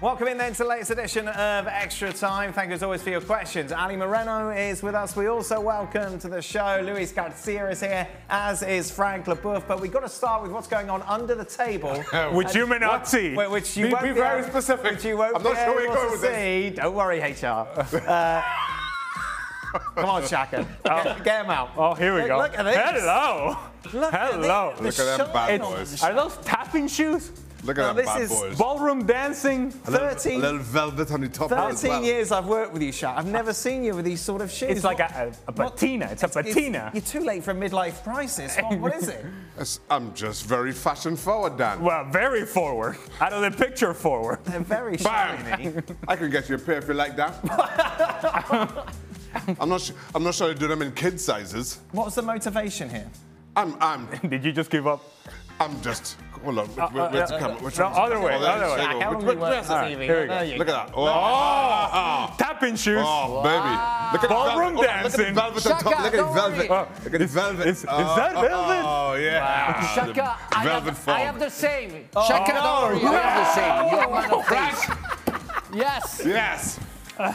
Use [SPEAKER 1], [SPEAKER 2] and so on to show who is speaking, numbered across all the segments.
[SPEAKER 1] Welcome in then to the latest edition of Extra Time. Thank you as always for your questions. Ali Moreno is with us. We also welcome to the show Luis Garcia is here, as is Frank LaBouffe. But we've got to start with what's going on under the table.
[SPEAKER 2] With you may not see.
[SPEAKER 1] Wh- Which you
[SPEAKER 2] Be-
[SPEAKER 1] won't
[SPEAKER 2] be
[SPEAKER 1] be
[SPEAKER 2] very
[SPEAKER 1] able-
[SPEAKER 2] specific.
[SPEAKER 1] Which you won't
[SPEAKER 2] I'm not
[SPEAKER 1] be
[SPEAKER 2] sure
[SPEAKER 1] able
[SPEAKER 2] where you're going
[SPEAKER 1] to
[SPEAKER 2] with
[SPEAKER 1] see. Don't worry, HR. Uh, come on, Shaka. Get, get him out.
[SPEAKER 2] Oh, here we
[SPEAKER 1] Look-
[SPEAKER 2] go.
[SPEAKER 1] Look at this.
[SPEAKER 2] Hello.
[SPEAKER 1] Look at
[SPEAKER 2] Hello.
[SPEAKER 1] thi- the
[SPEAKER 3] Look at them bad
[SPEAKER 1] shine on
[SPEAKER 3] boys.
[SPEAKER 1] the
[SPEAKER 2] Are those tapping shoes?
[SPEAKER 3] Look
[SPEAKER 1] Now,
[SPEAKER 3] at
[SPEAKER 1] this
[SPEAKER 3] that bad
[SPEAKER 1] is
[SPEAKER 3] boys.
[SPEAKER 2] Ballroom dancing?
[SPEAKER 3] A little-
[SPEAKER 1] 13
[SPEAKER 3] A little velvet on the top. as
[SPEAKER 1] 13
[SPEAKER 3] well.
[SPEAKER 1] years I've worked with you, Shaq. I've never seen you with these sort of shoes.
[SPEAKER 2] It's like
[SPEAKER 1] What-
[SPEAKER 2] a, a, a
[SPEAKER 1] what-
[SPEAKER 2] patina. It's a patina.
[SPEAKER 1] You're too late for a midlife crisis. What, what is it?
[SPEAKER 3] Yes, I'm just very fashion forward, Dan.
[SPEAKER 2] Well, very forward. Out of the picture forward.
[SPEAKER 1] They're very shiny.
[SPEAKER 3] Bam! I can get you a pair if you like that. I'm not. Su- I'm not sure they do them in kid sizes.
[SPEAKER 1] What's the motivation here?
[SPEAKER 3] I'm. I'm.
[SPEAKER 2] Did you just give up?
[SPEAKER 3] I'm just. Hold on. Which, which,
[SPEAKER 2] uh,
[SPEAKER 3] which
[SPEAKER 2] uh,
[SPEAKER 3] camera?
[SPEAKER 2] uh,
[SPEAKER 3] Which
[SPEAKER 2] no,
[SPEAKER 3] one's-
[SPEAKER 2] other way,
[SPEAKER 3] Oh, there's
[SPEAKER 2] other way.
[SPEAKER 3] the
[SPEAKER 2] I
[SPEAKER 3] one.
[SPEAKER 2] can't
[SPEAKER 3] Which-
[SPEAKER 2] remember
[SPEAKER 3] which-
[SPEAKER 2] All right, here we go.
[SPEAKER 3] Look at that. Oh,
[SPEAKER 2] Tapping shoes.
[SPEAKER 3] oh, baby. Look at the
[SPEAKER 2] Ballroom
[SPEAKER 3] velvet. Oh,
[SPEAKER 2] dancing.
[SPEAKER 3] Look at the velvet on
[SPEAKER 1] Shaka,
[SPEAKER 3] top. Look at
[SPEAKER 1] don't
[SPEAKER 3] the velvet.
[SPEAKER 2] worry.
[SPEAKER 3] Look at the velvet.
[SPEAKER 2] is- is that
[SPEAKER 3] Oh,
[SPEAKER 2] velvet?
[SPEAKER 3] Oh, yeah. The
[SPEAKER 4] Shaka, I
[SPEAKER 3] velvet
[SPEAKER 4] have,
[SPEAKER 3] form.
[SPEAKER 4] I have the same. Shaka, don't worry, I have the same. You have one of these. Yes.
[SPEAKER 3] Yes.
[SPEAKER 4] You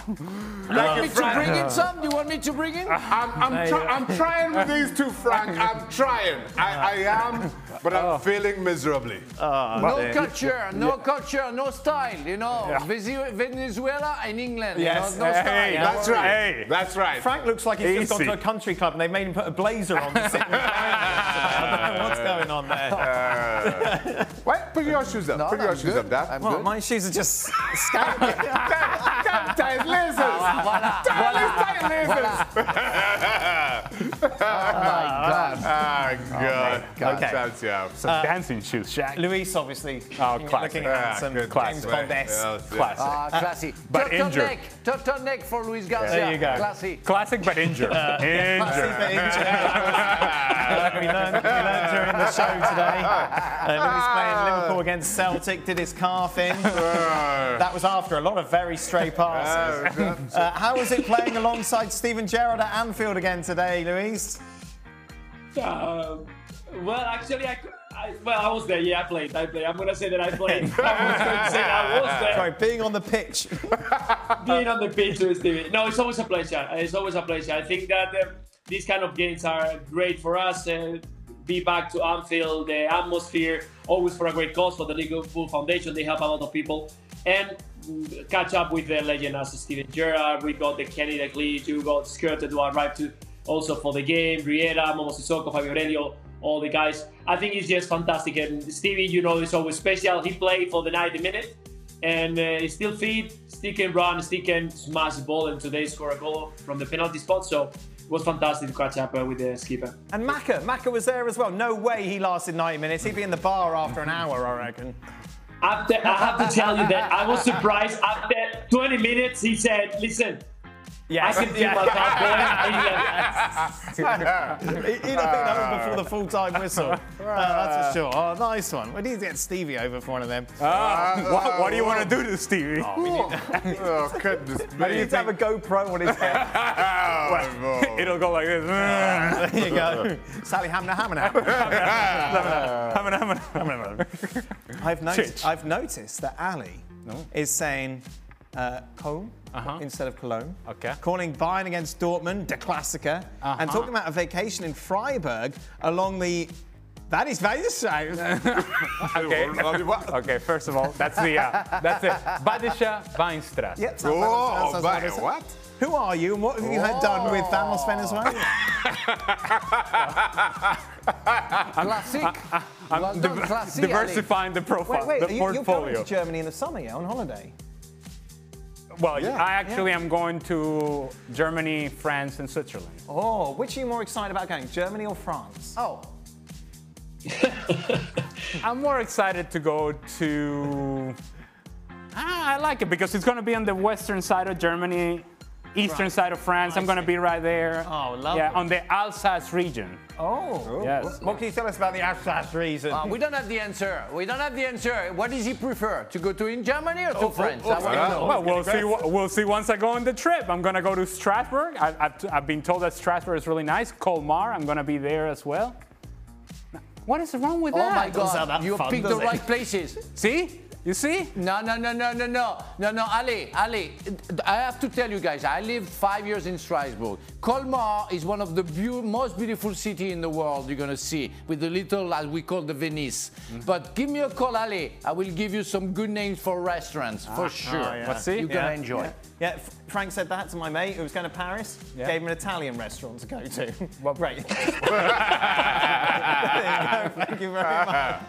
[SPEAKER 4] want me to bring in some? You want me to bring in?
[SPEAKER 3] I'm, I'm, try, I'm trying with these two, Frank. I'm trying. I, I am, but I'm
[SPEAKER 2] Oh.
[SPEAKER 3] failing miserably.
[SPEAKER 4] No culture, no culture, no style. You know,
[SPEAKER 2] Yeah.
[SPEAKER 4] Vezi- Venezuela and England.
[SPEAKER 1] Yes.
[SPEAKER 4] You know, no style.
[SPEAKER 2] Hey,
[SPEAKER 4] Don't
[SPEAKER 3] That's
[SPEAKER 2] Yeah.
[SPEAKER 4] worry.
[SPEAKER 3] right.
[SPEAKER 2] Hey.
[SPEAKER 3] That's right.
[SPEAKER 1] Frank looks like he's just gone
[SPEAKER 2] Easy.
[SPEAKER 1] to a country club and they made him put a blazer on. to sit in the lounge. I don't know what's going on there.
[SPEAKER 3] What? Uh, Put your shoes up.
[SPEAKER 4] No,
[SPEAKER 3] Put your
[SPEAKER 4] I'm
[SPEAKER 3] shoes
[SPEAKER 4] good.
[SPEAKER 3] up, Dad.
[SPEAKER 4] I'm
[SPEAKER 1] Well,
[SPEAKER 4] good.
[SPEAKER 1] my shoes are just scabbed.
[SPEAKER 3] Tie lasers.
[SPEAKER 4] Ah, Voilà.
[SPEAKER 3] Tie
[SPEAKER 4] Oh,
[SPEAKER 3] lasers.
[SPEAKER 4] God. Oh,
[SPEAKER 3] Ah, God.
[SPEAKER 1] God. Okay.
[SPEAKER 3] That's yeah.
[SPEAKER 2] Some dancing shoes, Shaq.
[SPEAKER 1] Luis, obviously,
[SPEAKER 2] Oh,
[SPEAKER 1] looking
[SPEAKER 2] classic.
[SPEAKER 1] handsome.
[SPEAKER 3] good
[SPEAKER 1] James
[SPEAKER 3] classic.
[SPEAKER 1] Bond-esque.
[SPEAKER 3] Yeah, yeah.
[SPEAKER 1] Classic.
[SPEAKER 4] Ah, classy.
[SPEAKER 2] But injured.
[SPEAKER 4] Turtleneck, turtleneck for Luis Garcia.
[SPEAKER 1] There you go.
[SPEAKER 4] Classy.
[SPEAKER 2] Classic but injured.
[SPEAKER 1] Super
[SPEAKER 2] Injured.
[SPEAKER 1] injured. we, learned, we learned during the show today. Uh, Luis playing Liverpool against Celtic, did his calf in. That was after a lot of very stray passes. Uh, how was it playing alongside Stephen Gerrard at Anfield again today, Luis?
[SPEAKER 5] Uh, well, actually, I, I well, I was there. Yeah, I played. I played. I'm gonna say that I played. I was gonna say I was there.
[SPEAKER 1] Sorry, being on the pitch.
[SPEAKER 5] Being on the pitch with Stevie. No, it's always a pleasure. It's always a pleasure. I think that uh, these kind of games are great for us. Uh, be back to Anfield, the atmosphere, always for a great cause for the Liverpool Foundation. They help a lot of people. And mm, catch up with the legend as Steven Gerrard. We got the Kenny the Cleat, you got Skirted who arrived to also for the game, Riera, Momo Sissoko, Fabio Aurelio, all the guys. I think it's just fantastic. And Stevie, you know, is always special. He played for the 90 minutes and uh, he's still fit, still can run, still can smash the ball, and today score a goal from the penalty spot. So it was fantastic to catch up uh, with the skipper.
[SPEAKER 1] And Maka, Maka was there as well. No way he lasted 90 minutes. He'd be in the bar after an hour, I reckon.
[SPEAKER 5] After, I have to tell you that I was surprised. After 20 minutes, he said, "Listen, I
[SPEAKER 1] Yes.
[SPEAKER 5] can feel my time going." And he left.
[SPEAKER 1] He- He'd have been over before the full time whistle. Uh, that's for sure. Oh, nice one. We need to get Stevie over for one of them.
[SPEAKER 2] Ah, what, what do you want to do to Stevie?
[SPEAKER 3] uh, Oh, goodness
[SPEAKER 1] I need
[SPEAKER 3] me.
[SPEAKER 1] to have a GoPro on his head.
[SPEAKER 3] Oh, no.
[SPEAKER 2] It'll go like this.
[SPEAKER 1] there you go. Sally Hamner Hamner.
[SPEAKER 2] I'm gonna- I'm gonna- I'm gonna-
[SPEAKER 1] I've,
[SPEAKER 2] Church.
[SPEAKER 1] noticed. I've noticed that Ali is saying uh, Cologne instead of Cologne.
[SPEAKER 2] Okay.
[SPEAKER 1] Calling Bayern against Dortmund, De Classica. And talking about a vacation in Freiburg along the. That is very
[SPEAKER 3] Okay. What?
[SPEAKER 2] Okay, first of all, that's the uh, that's it. Badisha Weinstraat.
[SPEAKER 1] Yep, sounds like-
[SPEAKER 3] Oh,
[SPEAKER 1] sounds like
[SPEAKER 3] but
[SPEAKER 1] it's-
[SPEAKER 3] what?
[SPEAKER 1] Who are you and what have you had done with Vamos Venezuela?
[SPEAKER 4] Classic. Well
[SPEAKER 2] I'm
[SPEAKER 4] done,
[SPEAKER 2] div-
[SPEAKER 4] classy, Ali.
[SPEAKER 2] diversifying the profile,
[SPEAKER 1] Wait, wait,
[SPEAKER 2] the
[SPEAKER 1] are you, you're
[SPEAKER 2] portfolio.
[SPEAKER 1] going to Germany in the summer, yeah, on holiday.
[SPEAKER 2] well,
[SPEAKER 3] Yeah.
[SPEAKER 2] I actually am going to Germany, France, and Switzerland.
[SPEAKER 1] Oh, which are you more excited about going, Germany or France?
[SPEAKER 4] Oh,
[SPEAKER 2] I'm more excited to go to. Ah, I like it because it's going to be on the western side of Germany, eastern
[SPEAKER 1] Right.
[SPEAKER 2] side of France.
[SPEAKER 1] I
[SPEAKER 2] I'm going to
[SPEAKER 1] see.
[SPEAKER 2] be right there.
[SPEAKER 1] Oh, lovely.
[SPEAKER 2] Yeah, on the Alsace region.
[SPEAKER 1] Oh.
[SPEAKER 2] Yes.
[SPEAKER 1] What can you tell us about the Alsace reason?
[SPEAKER 4] uh, we don't have the answer. We don't have the answer. What does he prefer? To go to in Germany or to France? I want to know.
[SPEAKER 2] Well, we'll see. wh- We'll see once I go on the trip. I'm gonna go to Strasbourg. I, I've, t- I've been told that Strasbourg is really nice. Colmar. I'm gonna be there as well. What is wrong with
[SPEAKER 4] Oh
[SPEAKER 2] that?
[SPEAKER 4] my
[SPEAKER 1] sound that
[SPEAKER 4] God! You
[SPEAKER 1] fun,
[SPEAKER 4] picked
[SPEAKER 1] does
[SPEAKER 4] the
[SPEAKER 1] it?
[SPEAKER 4] right places.
[SPEAKER 2] See, You see?
[SPEAKER 4] No, no, no, no, no, no, no, no, Ali, Ali. I have to tell you guys, I lived five years in Strasbourg. Colmar is one of the beau- most beautiful city in the world you're gonna see, with the little, as we call the Venice.
[SPEAKER 1] Mm-hmm.
[SPEAKER 4] But give me a call, Ali. I will give you some good names for restaurants, for sure.
[SPEAKER 1] Ah, oh, yeah. Let's
[SPEAKER 2] see.
[SPEAKER 4] You're
[SPEAKER 2] Yeah.
[SPEAKER 4] gonna enjoy.
[SPEAKER 1] Yeah, yeah, F- Frank said that to my mate who was going to Paris.
[SPEAKER 2] Yeah.
[SPEAKER 1] Gave him an Italian restaurant to go to.
[SPEAKER 2] Well-
[SPEAKER 1] Great. There you go, Thank you very much.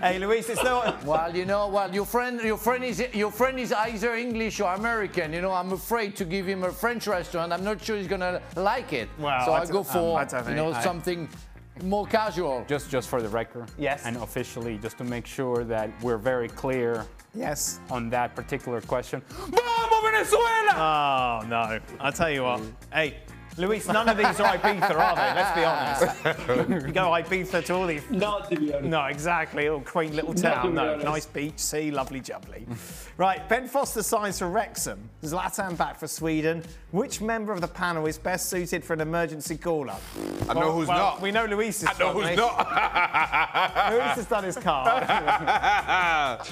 [SPEAKER 1] Hey, Luis, it's not.
[SPEAKER 4] Well, you know, well, your friend, your friend is your friend is either English or American. You know, I'm afraid to give him a French restaurant. I'm not sure he's gonna like it.
[SPEAKER 1] Well,
[SPEAKER 4] so
[SPEAKER 1] I
[SPEAKER 4] I
[SPEAKER 1] d-
[SPEAKER 4] go for
[SPEAKER 1] um, I don't
[SPEAKER 4] you know
[SPEAKER 1] think I-
[SPEAKER 4] something more casual.
[SPEAKER 2] Just, just for the record.
[SPEAKER 1] Yes.
[SPEAKER 2] And officially, just to make sure that we're very clear
[SPEAKER 1] Yes.
[SPEAKER 2] on that particular question. Vamos Venezuela!
[SPEAKER 1] Oh, no. I'll tell you what. Hey, Luis, none of these are Ibiza, are they? Let's be honest. you go Ibiza to all these
[SPEAKER 5] Not to be honest.
[SPEAKER 1] No, exactly. Oh, quaint little town.
[SPEAKER 5] to be
[SPEAKER 1] No,
[SPEAKER 5] honest.
[SPEAKER 1] nice beach, sea, lovely jubbly. right, Ben Foster signs for Wrexham. Zlatan back for Sweden. Which member of the panel is best suited for an emergency call-up?
[SPEAKER 3] I know who's
[SPEAKER 1] well,
[SPEAKER 3] not.
[SPEAKER 1] We know Luis is.
[SPEAKER 3] I know who's
[SPEAKER 1] struggling. Luis
[SPEAKER 3] not.
[SPEAKER 1] has done his card.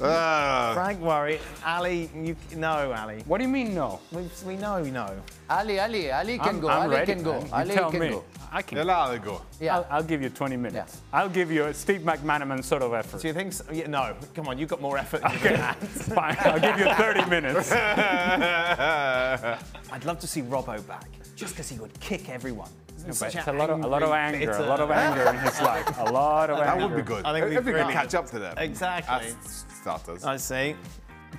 [SPEAKER 3] Ah.
[SPEAKER 1] Frank worry. Ali, you no, Ali.
[SPEAKER 2] What do you mean no?
[SPEAKER 1] We, we know, we know.
[SPEAKER 4] Ali, Ali, Ali can
[SPEAKER 2] I'm,
[SPEAKER 4] go.
[SPEAKER 2] I'm
[SPEAKER 4] Ali
[SPEAKER 2] ready,
[SPEAKER 4] can go.
[SPEAKER 2] man. You
[SPEAKER 4] Ali
[SPEAKER 2] tell
[SPEAKER 4] can
[SPEAKER 2] me.
[SPEAKER 4] go.
[SPEAKER 2] I can.
[SPEAKER 3] They'll either go.
[SPEAKER 4] Yeah.
[SPEAKER 2] I'll, I'll give you 20 minutes. I'll give you a Steve McManaman sort of effort.
[SPEAKER 1] Do you think? So? Yeah, no. Come on, you've got more effort. Than you can.
[SPEAKER 2] Fine, I'll give you 30 minutes.
[SPEAKER 1] I'd love to see Robbo back, just because he would kick everyone.
[SPEAKER 2] But it's a lot of, a lot of anger, a lot of anger in his life. A lot of
[SPEAKER 3] That
[SPEAKER 2] anger.
[SPEAKER 3] would be good.
[SPEAKER 1] I think it'd be
[SPEAKER 3] if we can
[SPEAKER 1] brilliant.
[SPEAKER 3] catch up to them.
[SPEAKER 1] Exactly.
[SPEAKER 3] As starters.
[SPEAKER 1] I see.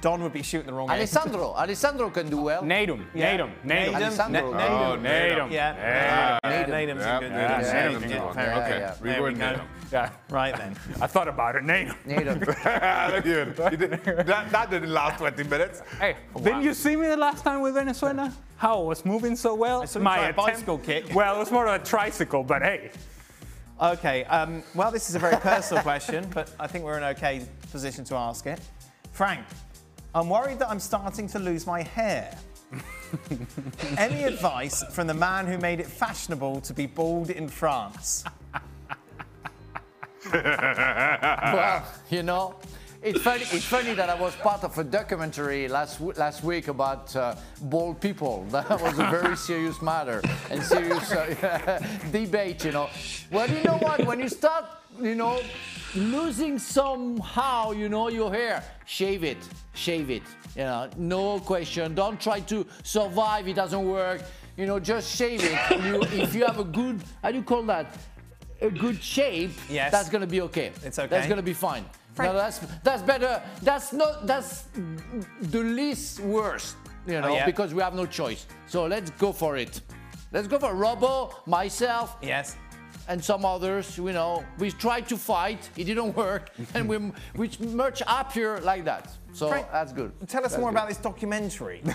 [SPEAKER 1] Don would be shooting the wrong. end.
[SPEAKER 4] Alessandro, Alessandro can do well.
[SPEAKER 2] Natum,
[SPEAKER 1] Yeah.
[SPEAKER 2] Natum, Natum.
[SPEAKER 1] Natum.
[SPEAKER 4] Alessandro.
[SPEAKER 1] Na-
[SPEAKER 4] Oh,
[SPEAKER 1] Natum.
[SPEAKER 3] Oh, Nadem.
[SPEAKER 1] Yeah.
[SPEAKER 4] Natum.
[SPEAKER 1] Natum's
[SPEAKER 3] Yeah,
[SPEAKER 1] a good yeah,
[SPEAKER 3] Nadem's a
[SPEAKER 1] Nadem's
[SPEAKER 3] good
[SPEAKER 1] good
[SPEAKER 3] one.
[SPEAKER 1] parent.
[SPEAKER 4] Okay.
[SPEAKER 1] There
[SPEAKER 3] We go
[SPEAKER 1] we
[SPEAKER 3] with
[SPEAKER 1] go.
[SPEAKER 3] Nadem.
[SPEAKER 2] Yeah.
[SPEAKER 1] Right then.
[SPEAKER 2] I thought about it, Natum.
[SPEAKER 4] Natum.
[SPEAKER 3] Look at him. He did- that, that didn't last 20 minutes.
[SPEAKER 2] Hey, didn't you see me the last time with Venezuela? How I was moving so well.
[SPEAKER 1] saw you try a bicycle kick.
[SPEAKER 2] Well, it was more of a tricycle, but hey,
[SPEAKER 1] Okay. Um, well, this is a very personal question, but I think we're in okay position to ask it. Frank, I'm worried that I'm starting to lose my hair. Any advice from the man who made it fashionable to be bald in France?
[SPEAKER 4] well, you know, it's funny, it's funny that I was part of a documentary last w- last week about uh, bald people. That was a very serious matter and serious uh, debate, you know. Well, you know what? When you start, you know, losing somehow, you know, your hair, shave it, shave it. You know, no question. Don't try to survive. It doesn't work. You know, just shave it. You, if you have a good, how do you call that? A good shape.
[SPEAKER 1] Yes.
[SPEAKER 4] That's gonna be okay.
[SPEAKER 1] It's okay.
[SPEAKER 4] That's gonna be fine.
[SPEAKER 1] Frank-
[SPEAKER 4] No, that's that's better. That's not that's the least worst, you know,
[SPEAKER 1] yeah.
[SPEAKER 4] because we have no choice. So let's go for it. Let's go for Robo, myself,
[SPEAKER 1] Yes.
[SPEAKER 4] and some others. You know, we tried to fight. It didn't work, and we we much happier like that. So
[SPEAKER 1] Frank-
[SPEAKER 4] that's good.
[SPEAKER 1] Tell us more about this documentary.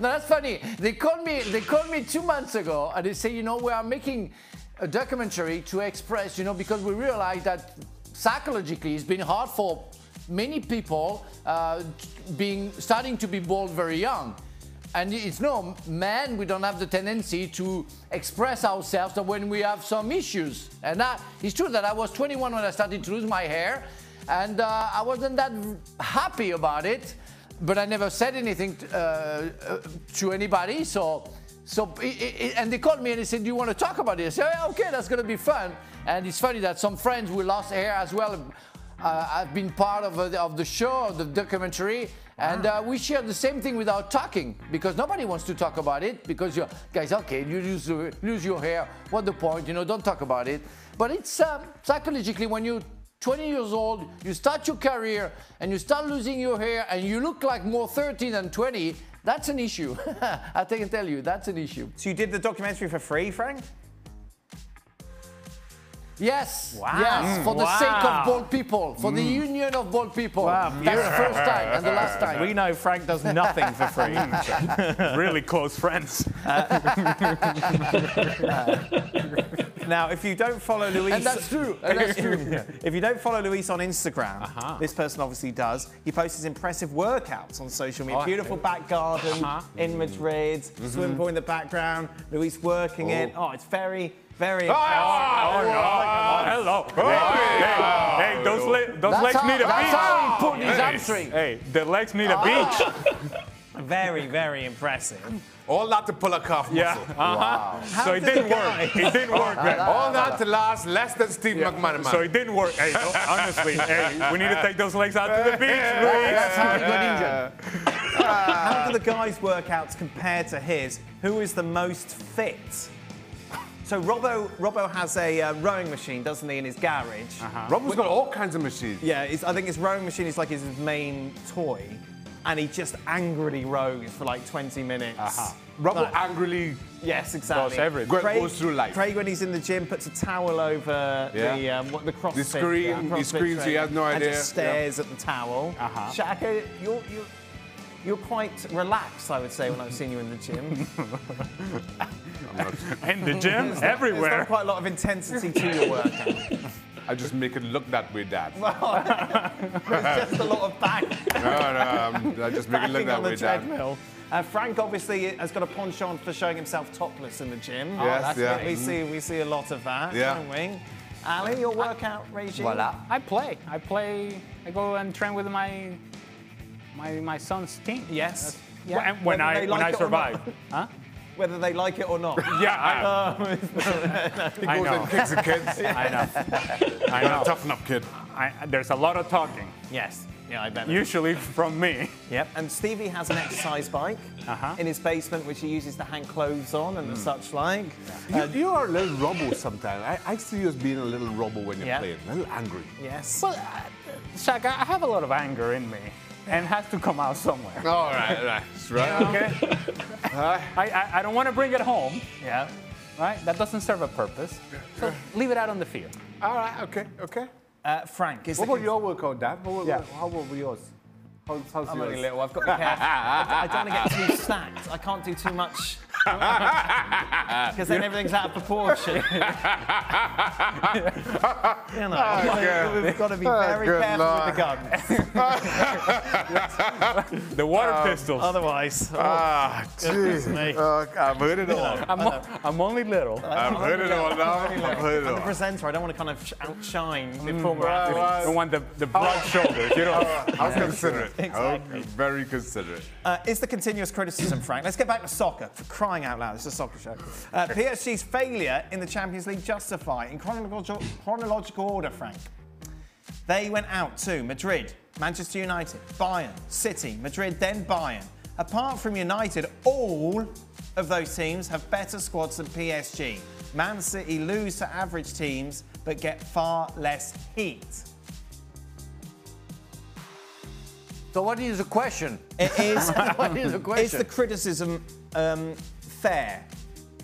[SPEAKER 4] No, that's funny. They called me. They called me two months ago, and they say, you know, we are making a documentary to express, you know, because we realize that psychologically it's been hard for many people uh, being starting to be bald very young. And it's no man, we don't have the tendency to express ourselves when we have some issues. And that, it's true that I was 21 when I started to lose my hair, and uh, I wasn't that happy about it but I never said anything uh, uh, to anybody. So, so i i i- and they called me and they said, "Do you want to talk about this?" I said, "Yeah, "Okay, that's gonna be fun." And it's funny that some friends who lost hair as well uh, have been part of, uh, the- of the show, of the documentary, and uh, we share the same thing without talking because nobody wants to talk about it because you guys, okay, you lose your- lose your hair. What the point? You know, don't talk about it. But it's um, psychologically when you 20 years old, you start your career and you start losing your hair and you look like more 13 than 20, that's an issue. I can tell you, that's an issue.
[SPEAKER 1] so you did the documentary for free, Frank?
[SPEAKER 4] Yes.
[SPEAKER 1] Wow. Mm.
[SPEAKER 4] Yes, for the sake
[SPEAKER 1] Wow. Mm.
[SPEAKER 4] of bald people, for the union of bald people. That's the first time and the last time.
[SPEAKER 1] We know Frank does nothing for free.
[SPEAKER 2] really close friends.
[SPEAKER 1] Now, if you don't follow Luis,
[SPEAKER 4] And that's true, and that's true. Uh-huh.
[SPEAKER 1] Yeah. If you don't follow Luis on Instagram, this person obviously does. He posts impressive workouts on social media. Beautiful back garden
[SPEAKER 4] Uh-huh.
[SPEAKER 1] in Madrid,
[SPEAKER 4] Mm-hmm.
[SPEAKER 1] swimming pool in the background. Luis working it. Oh, it's very, very.
[SPEAKER 4] Ah!
[SPEAKER 3] Oh,
[SPEAKER 1] impressive.
[SPEAKER 3] oh,
[SPEAKER 2] Hello.
[SPEAKER 3] yeah.
[SPEAKER 2] leg, those
[SPEAKER 4] That's
[SPEAKER 2] legs
[SPEAKER 4] how-
[SPEAKER 2] need a
[SPEAKER 4] that's
[SPEAKER 2] beach.
[SPEAKER 4] how he put his
[SPEAKER 3] Hey.
[SPEAKER 4] hamstring.
[SPEAKER 2] Hey, the legs need a beach.
[SPEAKER 1] Very, very impressive.
[SPEAKER 3] All that to pull a calf
[SPEAKER 2] Yeah.
[SPEAKER 3] muscle.
[SPEAKER 2] Uh-huh. So it
[SPEAKER 1] did
[SPEAKER 2] didn't
[SPEAKER 1] the
[SPEAKER 2] work. It didn't work. man.
[SPEAKER 3] All that to last less than Steve McManaman.
[SPEAKER 2] So it didn't work. Hey, don't- honestly, hey, we need to take those legs out to the beach, Luis.
[SPEAKER 4] That's how he got injured.
[SPEAKER 1] How do the guys' workouts compare to his? Who is the most fit? So Robbo, Robbo has a uh, rowing machine, doesn't he, in his
[SPEAKER 4] Uh-huh.
[SPEAKER 1] garage?
[SPEAKER 3] Robin's got all kinds of machines.
[SPEAKER 1] Yeah, it's, I think his rowing machine is like his main toy, and he just angrily rows for like 20 minutes.
[SPEAKER 3] Robin
[SPEAKER 1] Like-
[SPEAKER 3] angrily.
[SPEAKER 1] Yes, exactly.
[SPEAKER 2] everything.
[SPEAKER 3] Go- goes through life.
[SPEAKER 1] Craig, when he's in the gym, puts a towel over
[SPEAKER 3] Yeah.
[SPEAKER 1] the um, what the CrossFit.
[SPEAKER 3] The screen,
[SPEAKER 1] uh,
[SPEAKER 3] he
[SPEAKER 1] CrossFit
[SPEAKER 3] screens, he
[SPEAKER 1] trainer
[SPEAKER 3] has no
[SPEAKER 1] And
[SPEAKER 3] idea.
[SPEAKER 1] just stares at the towel.
[SPEAKER 2] Uh-huh.
[SPEAKER 1] Shaka, you're you you're quite relaxed, I would say, when I've seen you in the gym.
[SPEAKER 2] In the gym,
[SPEAKER 1] There's
[SPEAKER 2] everywhere.
[SPEAKER 1] not quite a lot of intensity to your workout.
[SPEAKER 3] I just make it look that way, Dad. no,
[SPEAKER 1] There's just a lot of bang.
[SPEAKER 3] no, I'm- I just make it
[SPEAKER 1] backing
[SPEAKER 3] look that
[SPEAKER 1] on the
[SPEAKER 3] way, Dad.
[SPEAKER 1] treadmill. Uh, Frank obviously has got a penchant for showing himself topless in the gym.
[SPEAKER 3] Yes,
[SPEAKER 1] that's
[SPEAKER 3] yeah. Mm-hmm.
[SPEAKER 1] what we see. We see a lot of that,
[SPEAKER 3] Yeah.
[SPEAKER 1] don't we? Ali,
[SPEAKER 2] Ah,
[SPEAKER 1] your workout regime.
[SPEAKER 4] Voila.
[SPEAKER 2] I play. I play. I go and train with my my my son's team.
[SPEAKER 1] Yes. Yeah.
[SPEAKER 2] Yeah. When, when
[SPEAKER 1] Whether
[SPEAKER 2] I
[SPEAKER 1] they
[SPEAKER 2] when
[SPEAKER 1] like
[SPEAKER 2] I
[SPEAKER 1] it or
[SPEAKER 2] survive.
[SPEAKER 1] not.
[SPEAKER 2] Huh?
[SPEAKER 1] Whether they like it or not.
[SPEAKER 2] Yeah. I, I
[SPEAKER 3] Goes
[SPEAKER 2] know.
[SPEAKER 3] and kicks the kids.
[SPEAKER 2] I know. I
[SPEAKER 3] Gotta
[SPEAKER 2] know.
[SPEAKER 3] Toughen up, kid.
[SPEAKER 2] I, there's a lot of talking,
[SPEAKER 1] yes. Yeah, I bet.
[SPEAKER 2] usually from me.
[SPEAKER 1] Yep. And Stevie has an exercise bike
[SPEAKER 2] Uh-huh.
[SPEAKER 1] in his basement, which he uses to hang clothes on
[SPEAKER 3] Mm.
[SPEAKER 1] and such like.
[SPEAKER 3] You, you are a little robo sometimes. I, I see you as being a little robo when you're
[SPEAKER 1] Yeah.
[SPEAKER 3] playing, a little angry.
[SPEAKER 1] Yes.
[SPEAKER 2] Well, uh, Shaq, I I have a lot of anger in me, and has to come out somewhere.
[SPEAKER 3] All right, right, right.
[SPEAKER 2] Okay. I, I, I don't want to bring it home,
[SPEAKER 1] Yeah.
[SPEAKER 2] right? That doesn't serve a purpose. So leave it out on the field.
[SPEAKER 3] All right, okay, okay.
[SPEAKER 1] Uh, Frank, is
[SPEAKER 3] What
[SPEAKER 1] the-
[SPEAKER 3] about your workout, Dad? What,
[SPEAKER 2] Yeah.
[SPEAKER 3] yeah. How about yours? How's, how's
[SPEAKER 1] I'm
[SPEAKER 3] yours?
[SPEAKER 1] only little. I've got to be careful. I, I don't want to get too stacked. I can't do too much. Because then everything's out of proportion. you know,
[SPEAKER 3] Okay.
[SPEAKER 1] we've got to be
[SPEAKER 3] Oh,
[SPEAKER 1] very
[SPEAKER 3] good
[SPEAKER 1] careful
[SPEAKER 3] Lord.
[SPEAKER 1] with the guns.
[SPEAKER 2] The water pistols.
[SPEAKER 1] Otherwise, oh,
[SPEAKER 3] Ah,
[SPEAKER 1] Goodness
[SPEAKER 3] jeez.
[SPEAKER 1] me.
[SPEAKER 3] Look, I've heard it all.
[SPEAKER 2] I'm, o- I'm only little.
[SPEAKER 3] I've heard it all now. I've heard it
[SPEAKER 1] I'm the
[SPEAKER 3] all.
[SPEAKER 1] presenter. I don't want to kind of sh- outshine
[SPEAKER 3] Mm.
[SPEAKER 1] the former athlete.
[SPEAKER 2] I don't want the, the broad shoulders. You know.
[SPEAKER 3] How considerate. How
[SPEAKER 1] Exactly.
[SPEAKER 3] very considerate.
[SPEAKER 1] Uh, is the continuous criticism, Frank? Let's get back to soccer. For crying out loud, it's a soccer show. Uh, PSG's failure in the Champions League justify in chronological, chronological order, Frank. They went out to Madrid, Manchester United, Bayern, City, Madrid, then Bayern. Apart from United, all of those teams have better squads than PSG. Man City lose to average teams but get far less heat.
[SPEAKER 4] So what is the question?
[SPEAKER 1] It is
[SPEAKER 4] What is the
[SPEAKER 1] Is
[SPEAKER 4] question?
[SPEAKER 1] the criticism um, fair?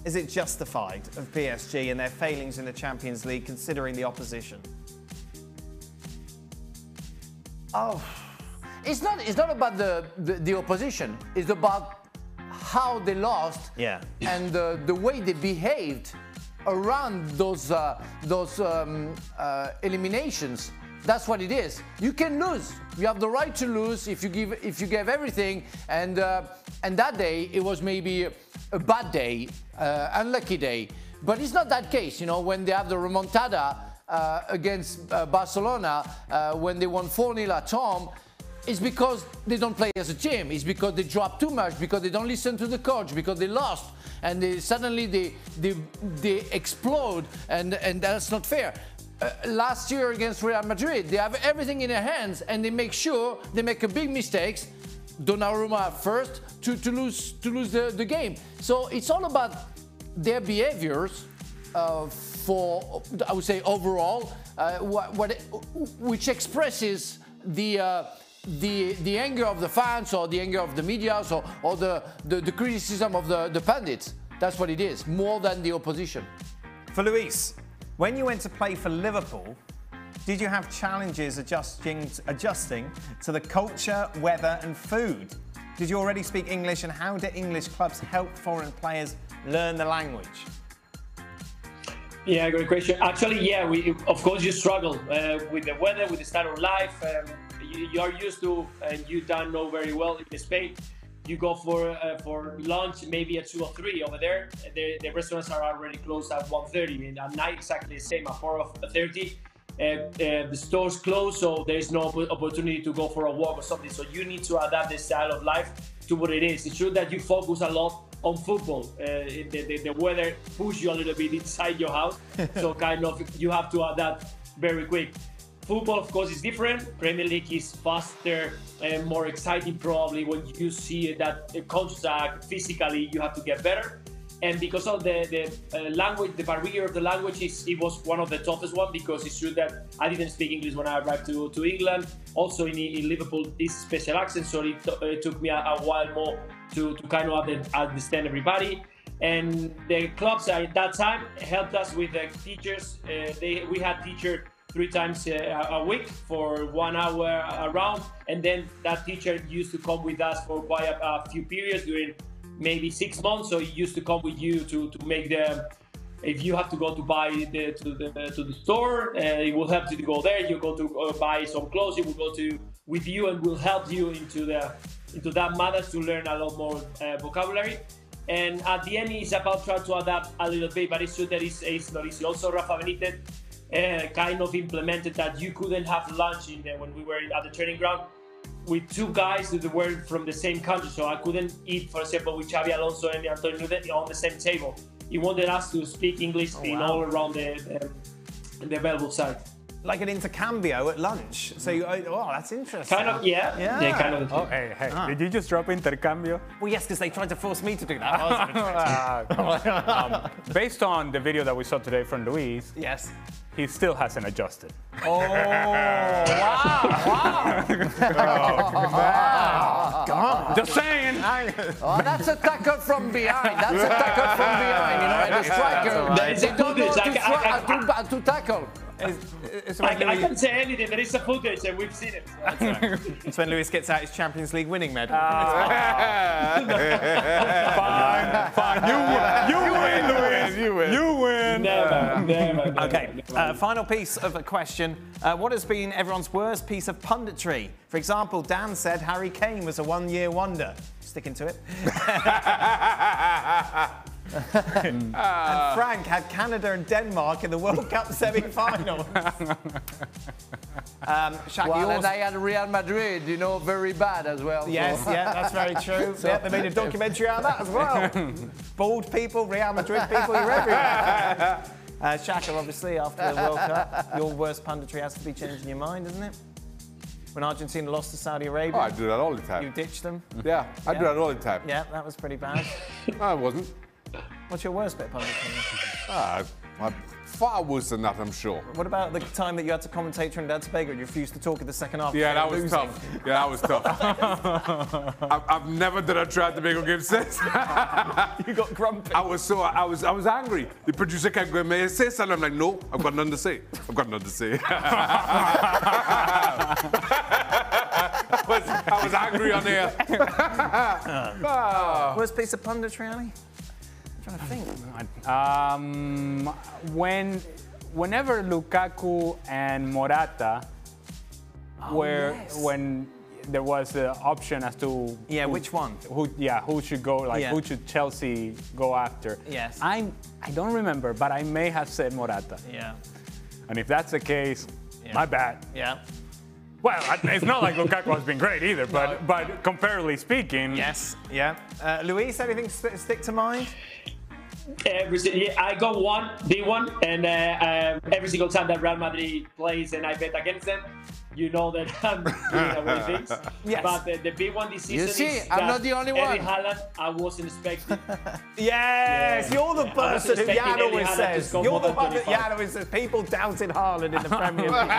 [SPEAKER 1] Is it justified of PSG and their failings in the Champions League, considering the opposition?
[SPEAKER 4] Oh, it's not. It's not about the the, the opposition. It's about how they lost.
[SPEAKER 1] Yeah.
[SPEAKER 4] And uh, the way they behaved around those uh, those um, uh, eliminations. That's what it is. You can lose. You have the right to lose if you give if you give everything. And uh, and that day it was maybe a bad day, uh, unlucky day. But it's not that case. You know when they have the remontada uh, against uh, Barcelona uh, when they won 4 0 at home is because they don't play as a team. It's because they drop too much, because they don't listen to the coach, because they lost. And they, suddenly they, they, they explode, and, and that's not fair. Uh, last year against Real Madrid, they have everything in their hands and they make sure they make a big mistakes. Donnarumma first to, to lose to lose the, the game. So it's all about their behaviors uh, for I would say overall uh, what, what which expresses the uh, the the anger of the fans or the anger of the media or, or the, the the criticism of the the pundits that's what it is more than the opposition
[SPEAKER 1] For Luis, when you went to play for Liverpool, did you have challenges adjusting, adjusting to the culture, weather, and food? Did you already speak English, and how do English clubs help foreign players learn the language?
[SPEAKER 5] Yeah, great question. Actually, yeah, we of course you struggle uh, with the weather, with the style of life. Um, you, you are used to, and you don't know very well in Spain. You go for uh, for lunch maybe at two or three over there. The, the restaurants are already closed at 1.30 and at night exactly the same at four thirty. uh, the stores closed, so there is no oppo- opportunity to go for a walk or something. So you need to adapt the style of life to what it is. It's true that you focus a lot on football. Uh, it- the, the, the weather pushes you a little bit inside your house, so kind of you have to adapt very quick football of course is different premier league is faster and more exciting probably when you see that the contact physically you have to get better and because of the, the uh, language the barrier of the language is it was one of the toughest one because it's true that i didn't speak english when i arrived to, to england also in, in liverpool this special accent so it, to- it took me a, a while more to, to kind of under- understand everybody and the clubs at that time helped us with the teachers uh, they, we had teacher three times uh, a a week for one hour around and then that teacher used to come with us for quite a, a few periods during maybe six months so he used to come with you to, to make the if you have to go to buy the, to the to the store uh, it will help you to go there you go to uh, buy some clothes it will go to with you and will help you into the into that matter to learn a lot more uh, vocabulary and at the end it's about trying to adapt a little bit but it's true that it's, it's not easy also rafa benitez uh, kind of implemented that you couldn't have lunch in there when we were at the training ground with two guys that were from the same country. So I couldn't eat, for example, with Xavi Alonso and Antonio Nuden on the same table. He wanted us to speak English
[SPEAKER 1] Oh,
[SPEAKER 5] in all around the, um, the available side.
[SPEAKER 1] Like an intercambio at lunch. So, you, oh, that's interesting.
[SPEAKER 5] Kind of, yeah.
[SPEAKER 1] Yeah.
[SPEAKER 5] kind of.
[SPEAKER 2] Oh, hey, hey,
[SPEAKER 1] Ah.
[SPEAKER 2] did you just drop intercambio?
[SPEAKER 1] Well, yes, because they tried to force me to do that. I was a bit
[SPEAKER 2] Um, based on the video that we saw today from Luis,
[SPEAKER 1] yes.
[SPEAKER 2] he still hasn't adjusted.
[SPEAKER 1] Oh, wow, wow.
[SPEAKER 2] Just saying!
[SPEAKER 1] Ah.
[SPEAKER 4] Oh, that's a tackle from behind. That's a tackle from behind. You know, and the striker, they,
[SPEAKER 5] That's all
[SPEAKER 4] don't
[SPEAKER 5] right.
[SPEAKER 4] know
[SPEAKER 5] It's
[SPEAKER 4] how
[SPEAKER 5] a
[SPEAKER 4] to, stri-
[SPEAKER 5] footage. I- I-
[SPEAKER 4] how to, how to tackle.
[SPEAKER 1] It's, it's
[SPEAKER 5] I,
[SPEAKER 1] when
[SPEAKER 5] I
[SPEAKER 1] Luis-
[SPEAKER 5] can't say anything. There is a footage, and we've seen it.
[SPEAKER 1] it's when Lewis gets out his Champions League winning medal.
[SPEAKER 3] Oh.
[SPEAKER 2] fine, fine. You, win- you win, Luis!
[SPEAKER 3] You win.
[SPEAKER 2] You win!
[SPEAKER 5] Never, never, never.
[SPEAKER 1] Okay,
[SPEAKER 5] never.
[SPEAKER 1] uh, final piece of a question. Uh, what has been everyone's worst piece of punditry? For example, Dan said Harry Kane was a one year wonder. Sticking to it. And Frank had Canada and Denmark in the World Cup semi final. um, Shaq,
[SPEAKER 4] Well,
[SPEAKER 1] you
[SPEAKER 4] and
[SPEAKER 1] also-
[SPEAKER 4] I had Real Madrid, you know, very bad as well. so-
[SPEAKER 1] Yes, yeah, that's very true. yeah, they made a documentary out of that as well. Bald people, Real Madrid people, you're everywhere. Uh, Shaka, obviously, after the World Cup, your worst punditry has to be changing your mind, isn't it? When Argentina lost to Saudi
[SPEAKER 3] Oh, I
[SPEAKER 1] Arabia,
[SPEAKER 3] do that all the
[SPEAKER 1] you
[SPEAKER 3] time.
[SPEAKER 1] ditched them.
[SPEAKER 3] Yeah, I do
[SPEAKER 1] Yeah.
[SPEAKER 3] that all the time.
[SPEAKER 1] Yeah, that was pretty bad.
[SPEAKER 3] No, I wasn't.
[SPEAKER 1] What's your worst bit of punditry?
[SPEAKER 3] Ah, I'm far worse than that, I'm sure.
[SPEAKER 1] What about the time that you had to commentate Trinidad and Tobago and you refused to talk in the second half?
[SPEAKER 3] Yeah, that was
[SPEAKER 1] Losing.
[SPEAKER 3] tough. Yeah, that was tough. I've, I've never done a try to make a game since.
[SPEAKER 1] You got grumpy.
[SPEAKER 3] I was so I was I was angry. The producer kept going, "May I say something?" I'm like, "No, I've got nothing to say. I've got nothing to say." I, was, I was angry on air. Ah.
[SPEAKER 1] Worst piece of punditry, Ali? I'm trying to think.
[SPEAKER 2] Um, when, whenever Lukaku and Morata were
[SPEAKER 1] Oh, yes.
[SPEAKER 2] when there was the option as to
[SPEAKER 1] Yeah,
[SPEAKER 2] who-
[SPEAKER 1] which one?
[SPEAKER 2] Who yeah, who should go like
[SPEAKER 1] Yeah.
[SPEAKER 2] who should Chelsea go after?
[SPEAKER 1] Yes.
[SPEAKER 2] I I don't remember, but I may have said Morata.
[SPEAKER 1] Yeah.
[SPEAKER 2] And if that's the case,
[SPEAKER 1] Yeah.
[SPEAKER 2] my bad.
[SPEAKER 1] Yeah.
[SPEAKER 2] Well, I- it's not like Lukaku has been great either, but
[SPEAKER 1] No.
[SPEAKER 2] but comparatively speaking,
[SPEAKER 1] Yes. Yeah. Uh, Luis, anything st- stick to mind?
[SPEAKER 5] every si- yeah, I got one, the one, and uh, um, every single time that Real Madrid plays and I bet against them, you know that I'm giving away things.
[SPEAKER 1] Yes.
[SPEAKER 5] But uh, the big one this season
[SPEAKER 4] You see,
[SPEAKER 5] is
[SPEAKER 4] I'm
[SPEAKER 5] that
[SPEAKER 4] not the only
[SPEAKER 5] Erling
[SPEAKER 4] one.
[SPEAKER 5] Haaland, I wasn't expecting.
[SPEAKER 1] Yes,
[SPEAKER 5] Yeah.
[SPEAKER 1] you're the
[SPEAKER 5] Yeah. I
[SPEAKER 1] person
[SPEAKER 5] was
[SPEAKER 1] who
[SPEAKER 5] expecting
[SPEAKER 1] Jan
[SPEAKER 5] Erling
[SPEAKER 1] always
[SPEAKER 5] Haaland to
[SPEAKER 1] says.
[SPEAKER 5] score
[SPEAKER 1] You're
[SPEAKER 5] more
[SPEAKER 1] the
[SPEAKER 5] than
[SPEAKER 1] one that
[SPEAKER 5] 25.
[SPEAKER 1] Jan always says. People doubted Haaland in the Premier League.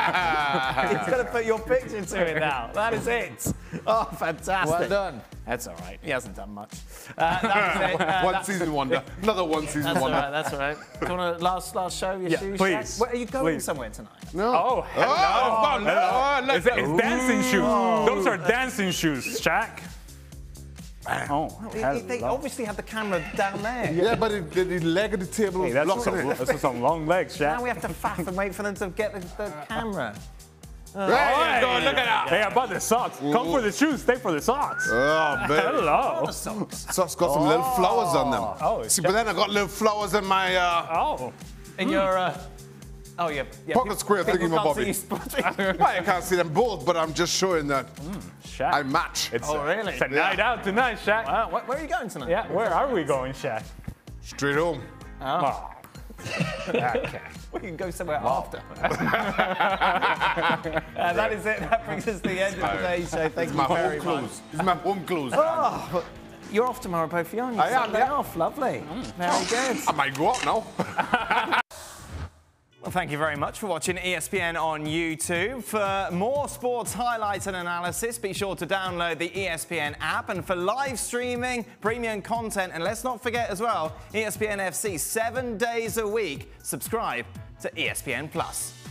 [SPEAKER 1] He's going to put your picture to it now. That is it. Oh, fantastic.
[SPEAKER 4] Well done.
[SPEAKER 1] That's all right. He hasn't done much. Uh, that was it. Uh,
[SPEAKER 3] one
[SPEAKER 1] that's-
[SPEAKER 3] season wonder, another one season
[SPEAKER 1] That's all
[SPEAKER 3] wonder.
[SPEAKER 1] right. That's all right. Do you want to last last show your
[SPEAKER 2] Yeah,
[SPEAKER 1] shoes?
[SPEAKER 2] please.
[SPEAKER 1] Shaq? Where are you going
[SPEAKER 2] Please.
[SPEAKER 1] somewhere tonight?
[SPEAKER 2] Oh, hello.
[SPEAKER 3] Oh, no. Oh, no.
[SPEAKER 2] It's, it's dancing shoes.
[SPEAKER 3] Oh.
[SPEAKER 2] Those are dancing shoes, Shaq. Oh,
[SPEAKER 1] They-
[SPEAKER 2] hello.
[SPEAKER 1] They, obviously had the camera down there.
[SPEAKER 3] Yeah, but it, the, the leg of the table
[SPEAKER 2] Hey,
[SPEAKER 3] was
[SPEAKER 2] that's,
[SPEAKER 3] blocking
[SPEAKER 2] some,
[SPEAKER 3] it.
[SPEAKER 2] that's some long legs, Shaq.
[SPEAKER 1] oh. Now we have to faff and wait for them to get the, the camera.
[SPEAKER 3] Hey, go, Oh, look at that.
[SPEAKER 2] Hey, I bought the socks. Come for the shoes, stay for the socks.
[SPEAKER 3] Oh, man.
[SPEAKER 2] Hello.
[SPEAKER 3] So it's got some little
[SPEAKER 1] Ah.
[SPEAKER 3] flowers on them.
[SPEAKER 2] Oh,
[SPEAKER 3] See, but then I got little flowers in my. Uh,
[SPEAKER 2] Oh.
[SPEAKER 1] In your uh, Oh yeah. yeah.
[SPEAKER 3] Pocket square
[SPEAKER 1] people
[SPEAKER 3] thingy, my
[SPEAKER 1] can't see
[SPEAKER 3] Bobby.
[SPEAKER 1] you spotting.
[SPEAKER 3] Well, I can't see them both, but I'm just showing that
[SPEAKER 2] Shaq.
[SPEAKER 3] I match.
[SPEAKER 2] It's
[SPEAKER 1] Oh,
[SPEAKER 2] a-
[SPEAKER 1] really?
[SPEAKER 2] It's a
[SPEAKER 3] Yeah.
[SPEAKER 2] night out tonight, Shaq.
[SPEAKER 1] Wow, wh- where are you going tonight?
[SPEAKER 2] Yeah, where are we going, Shaq?
[SPEAKER 3] Straight home.
[SPEAKER 2] Oh.
[SPEAKER 1] We can go somewhere after. Uh, that is it. That brings us to the end of today's show. Thank
[SPEAKER 3] It's
[SPEAKER 1] you
[SPEAKER 3] my
[SPEAKER 1] very
[SPEAKER 3] home
[SPEAKER 1] much.
[SPEAKER 3] clothes. It's my home clothes.
[SPEAKER 1] Oh, but you're off tomorrow, both of you, aren't you?
[SPEAKER 3] I am,
[SPEAKER 1] Sunday
[SPEAKER 3] yeah.
[SPEAKER 1] off. Lovely. Very good.
[SPEAKER 3] I might go out now.
[SPEAKER 1] Well, thank you very much for watching E ESPN on YouTube. For more sports highlights and analysis, be sure to download the E ESPN app. And for live streaming, premium content, and let's not forget as E E well, ESPN FC seven days a week. Subscribe to ESPN Plus.